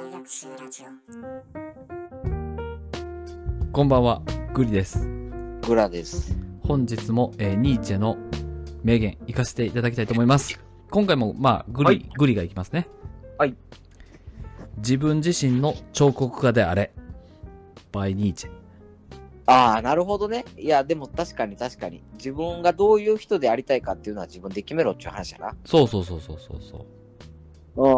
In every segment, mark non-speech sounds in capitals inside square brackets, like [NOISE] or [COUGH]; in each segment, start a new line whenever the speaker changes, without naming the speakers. ラジオ
こんばんは、グリです。
グラです。
本日も、えーニーチェの名言、行かせていただきたいと思います。今回も、まあ、グリ、
はい
グリがいきますね。
はい。
自分自身の彫刻家であれ。バイニーチェ。
ああ、なるほどね。いや、でも確かに確かに。自分がどういう人でありたいかっていうのは自分で決めろっていう話やな。
そうそうそうそうそうそう。
うん。
やっ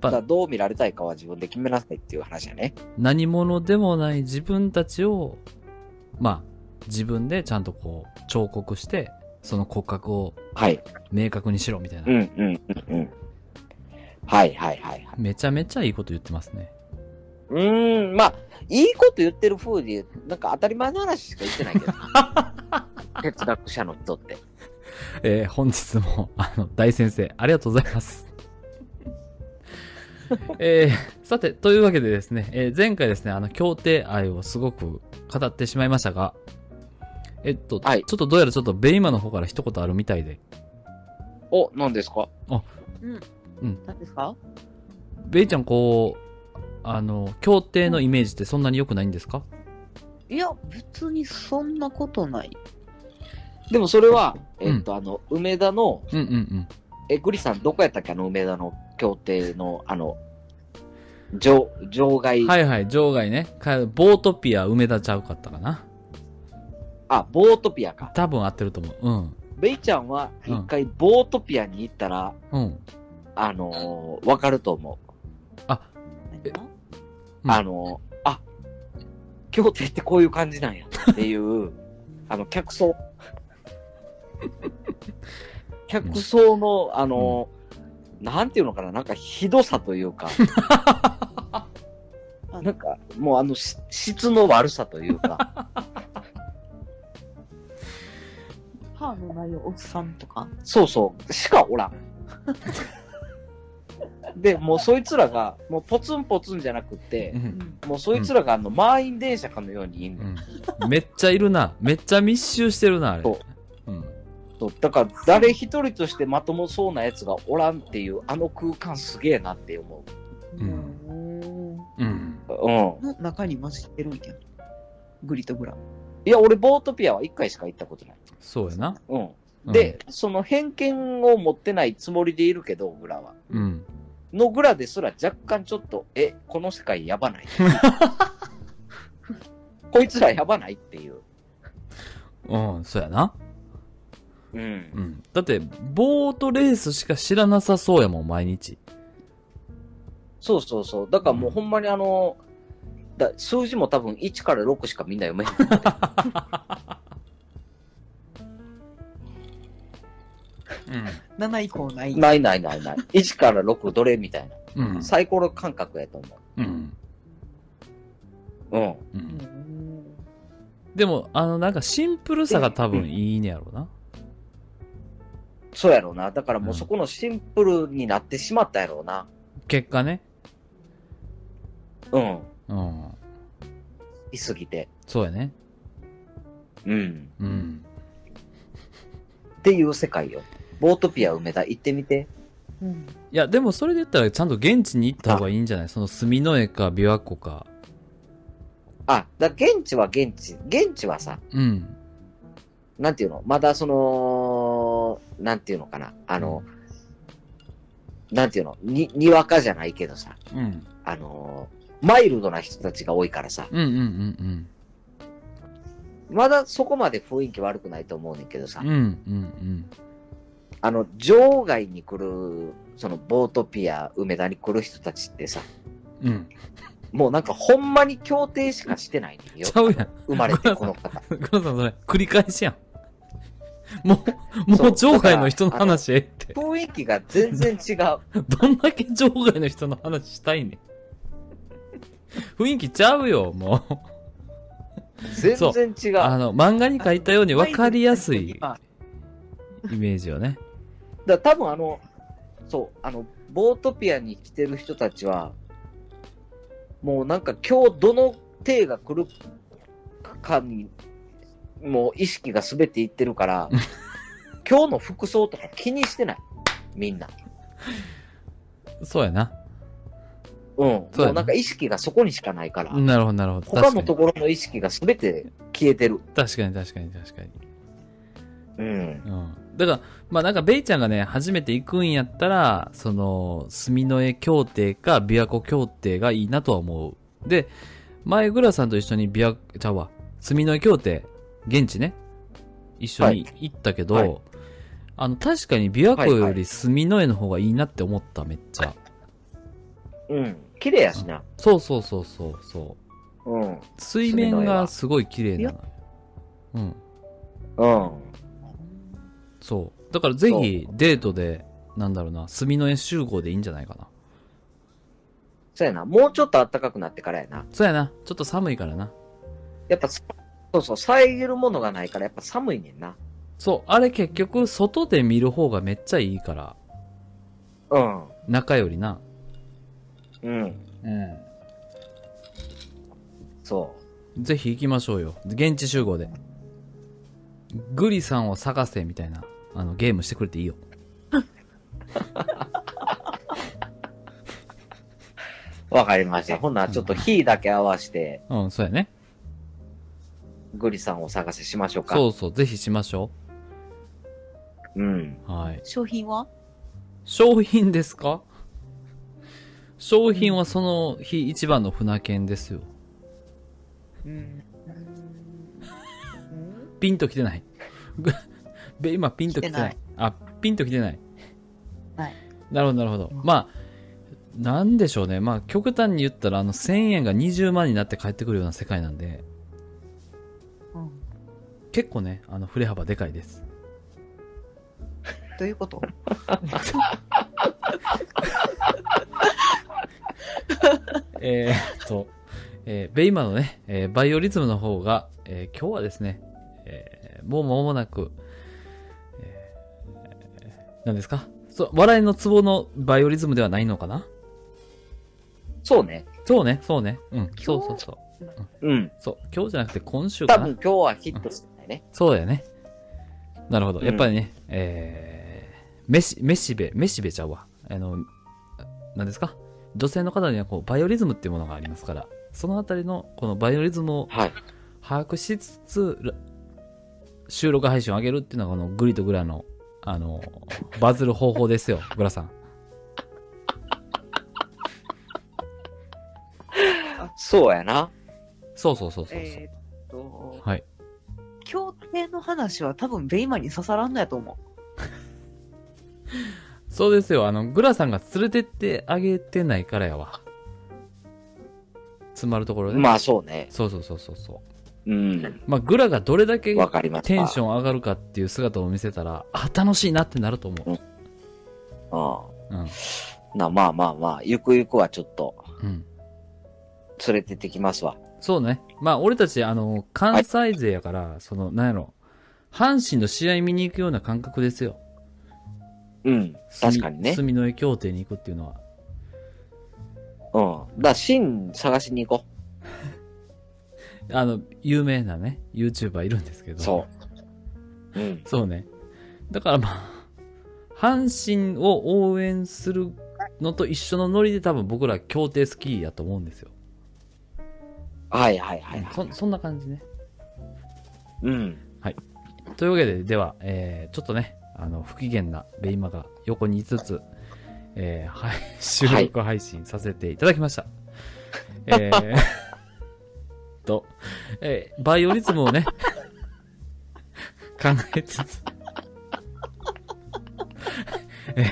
ぱ
だからどう見られたいかは自分で決めなさいっていう話やね。
何者でもない自分たちを、まあ、自分でちゃんとこう、彫刻して、その骨格を
はい。
明確にしろみたいな。
うんうんうんうん。はいはいはいはい。
めちゃめちゃいいこと言ってますね。
うーん、まあ、いいこと言ってる風で、なんか当たり前の話しか言ってない [LAUGHS] けど。哲学者の人って。
えー本日も、あの、大先生、ありがとうございます。 [LAUGHS] えーさて、というわけでですね、えー前回ですね、あの、協定愛をすごく語ってしまいましたが、えっと、
はい
ちょっとどうやらちょっとベイマの方から一言あるみたいで、
お、何ですか
あ、
うん。
うん。
何ですか
ベイちゃんこう、あの、協定のイメージってそんなに良くないんですか
いや、別にそんなことない。
でもそれは、えっと、あの、梅田の、
うんうんうん。
え、グリさん、どこやったっけあの、梅田の協定の、あの、場、場外、
はいはい、場外ね。かボートピア梅田ちゃうかったかな。
あ、ボートピアか。
多分合ってると思う。
ベイちゃんは、
うん
一回、ボートピアに行ったら、
うん。うん。
あのーわかると思う。
えうん
あのーあ、協定ってこういう感じなんや、って
[LAUGHS]
いう、あの、客層。客層の、あのーなんていうのかな、なんか、ひどさというか、
あ
なん
の
か、もうあの、し質の悪さというか、
歯のないおっさんとか。
そうそう、しかおらん。 [LAUGHS] で、もうそいつらが、もうポツンポツンじゃなくって
う、ん。
もうそいつらがあの満員電車かのようにいんの、
うん、めっちゃいるな。めっちゃ密集してるな、あれ。。
そう
ん。
そうだから誰一人としてまともそうなやつがおらんっていう、あの空間すげえなって思
うん。
うん。
う。うん。
の中に混じってるんや。グリとグラ。
いや、俺、ボートピアは1回しか行ったことない。
そうやな。
うん。
うん
で、、その偏見を持ってないつもりでいるけど、グラは。
うん。
のグラですら若干ちょっと、え、この世界やばない。こいつらやばないっていう。
うん、そうやな。
うん
う。ん。だって、ボートレースしか知らなさそうやもん、毎日。
そうそうそう。だからもうほんまにあの、だ数字も多分1から6しかみんな読めへん。
7以降ない。
[LAUGHS] ないないないない。1から6どれみたいな。
うん。うん。
サイコロ感覚やと思
うん。
う。うん。
う。
うんん
でも、あの、なんかシンプルさが多分いいねやろうな。
そうやろうな。だから
う
も
ん
うそこのシンプルになってしまったやろうな。
結果ね。
うん。
うん。
いすぎて。
そうやね。
うん。
うん。
っていう世界よ。ボートピア梅田行ってみて。
うん。
いや、でもそれで言ったら、ちゃんと現地に行った方がいいんじゃないその墨の絵か琵琶湖か。
あ、だから現地は現地。現地はさ、
うん。
なんていうのまだその、なんていうのかな。あの、なんていうのに、にわかじゃないけどさ。
うん。
あのーマイルドな人たちが多いからさ、
うんうんうん
まだそこまで雰囲気悪くないと思うねんけどさ
うん。う、んうん
あの、場外に来る、その、ボートピア、梅田に来る人たちってさ、
うん。うん。
もうなんかほんまに協定しかしてないねんよ
ち。ゃうやん。
生まれてこの方。
グロ [LAUGHS] さんそれ、繰り返しやん。もう、も
そ
う
う
場外の人の話ええって。
雰囲気が全然違う。
どんだけ場外の人の話したいねん。雰囲気ちゃうよ、も
全
そう
然違
う。
う。
あの、漫画に書いたように分かりやす
マイル
い
ドな人
イメージよね。
だから多分あの、そう、あの、ボートピアに来てる人たちは、もうなんか今日どの艇が来るかに、もう意識が全ていって
[LAUGHS]
るから、今日の服装とか気にしてない。みんな。
そうやな。
うん。
そうだね
もうなんか意識がそこにしかないから、
なるほど、なるほど。
他
確か
の
に
と。ころの意識が全て消えてる。
確かに、確かに、確かに。
うん。
うん。だから、まあなんか、ベイちゃんがね、初めて行くんやったら、その、墨の絵協定か、琵琶湖協定がいいなとは思う。で、前、グラさんと一緒に琵琶、ちゃうわ、墨の絵協定、現地ね、一緒に行ったけど、
はいはい
あの、確かに琵琶湖
は
よ
いは
り墨の絵の方がいいなって思った、めっちゃ。
うん。綺麗やしな。
そうそうそうそうそう。
うん。
水面がすごい綺麗なのよ。うん。
うん。
そう。だからぜひデートで、なんだろうな、墨の絵集合でいいんじゃないかな。
そうやな。もうちょっと暖かくなってからやな。
そうやな。ちょっと寒いからな。
やっぱ、そうそう、遮るものがないから、やっぱ寒いねんな。
そう。あれ結局、外で見る方がめっちゃいいから。
うん。
中よりな。
うん。
うん。
そ
ぜひ行きましょうよ。現地集合で。グリさんを探せみたいな、あの、ゲームしてくれていいよ。
う。わかりました。ほんならちょっと火だけ合わせて、
うん、そうやね。
グリさんをお探せしましょうか。
そうそう、ぜひしましょ
う。うん。
う。はい。
商品は
商品ですか商品はその日一番の船券ですよ。
うん。
ピンと来てない。 [LAUGHS] ぐべ今ピンと来てない。
来
あ、ピンと来てない。
はい。
なるほど、なるほど。まあ、なんでしょうね。まあ、極端に言ったら、あの、1000円が20万になって帰ってくるような世界なんで、
うん
結構ね、あの、振れ幅でかいです。
どういうこと
えー、っと、えー、ベイマのね、えーバイオリズムの方が、えー今日はですね、えーもう間もなく、えー何ですかそう、笑いのツボのバイオリズムではないのかな
そうね。
そうね、そうね。うん、そうそうそう。
うん。
そう、今日じゃなくて今週か
多
な
分。今日はヒットしてないね。
そうだよね。なるほど。
うん
やっぱりね、えー、メシ、メシベ、メシベちゃうわ。あの、何ですか女性の方にはこう、バイオリズムっていうものがありますから、そのあたりの、このバイオリズムを
はい。
把握しつつ、ら収録配信を上げるっていうのが、このグリとグラの、あの、バズる方法ですよ、グラさん。
そうやな。
そうそうそうそうそう。
えーっと、
はい。
協定の話は多分ベイマンに刺さらんのやと思
そうですよ。あの、グラさんが連れてってあげてないからやわ。つまるところね。
まあそうね。
そうそうそうそうそう。
うん。
まあ、グラがどれだけ
わかりました。
テンション上がるかっていう姿を見せたら、あ、楽しいなってなると思う。
あ
うん。
あなまあまあまあ、ゆくゆくはちょっと
うん。
連れてってきますわ。
そうね。まあ、俺たち、あの、関西勢やから、その、なんやろ。阪神の試合見に行くような感覚ですよ。
うん。確かにね。
隅の絵協定に行くっていうのは。
うん。だから、芯探しに行こ
あの、有名なね、YouTuber いるんですけど。
う。そう。うん。
そうね。だからまあ、阪神を応援するのと一緒のノリで多分僕ら協定好きやと思うんですよ。
はいはいはい、はい
そそんな感じね。
うん。
というわけで、では、えー、ちょっとね、あの、不機嫌なベイマが横にいつつ、えー、はい、収録配信させていただきました。えー、と、えー、バイオリズムをね、考えつつ、えーえ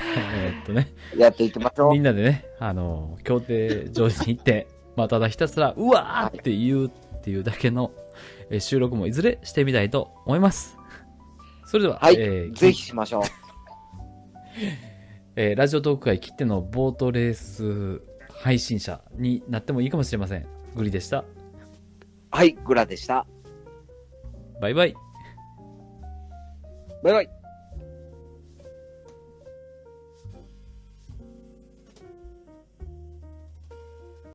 ーっとね、
やっていきましょ
みんなでね、あの、協定上司に行って、 [LAUGHS] まあ、ただひたすら、うわーって言うっていうだけの、えー収録もいずれしてみたいと思います。それでは、
う。はい。
えー
ぜひしましょう。
えーラジオトーク会切ってのボートレース配信者になってもいいかもしれません。グリでした。
はい、グラでした。
バイバイ。
バイバイ。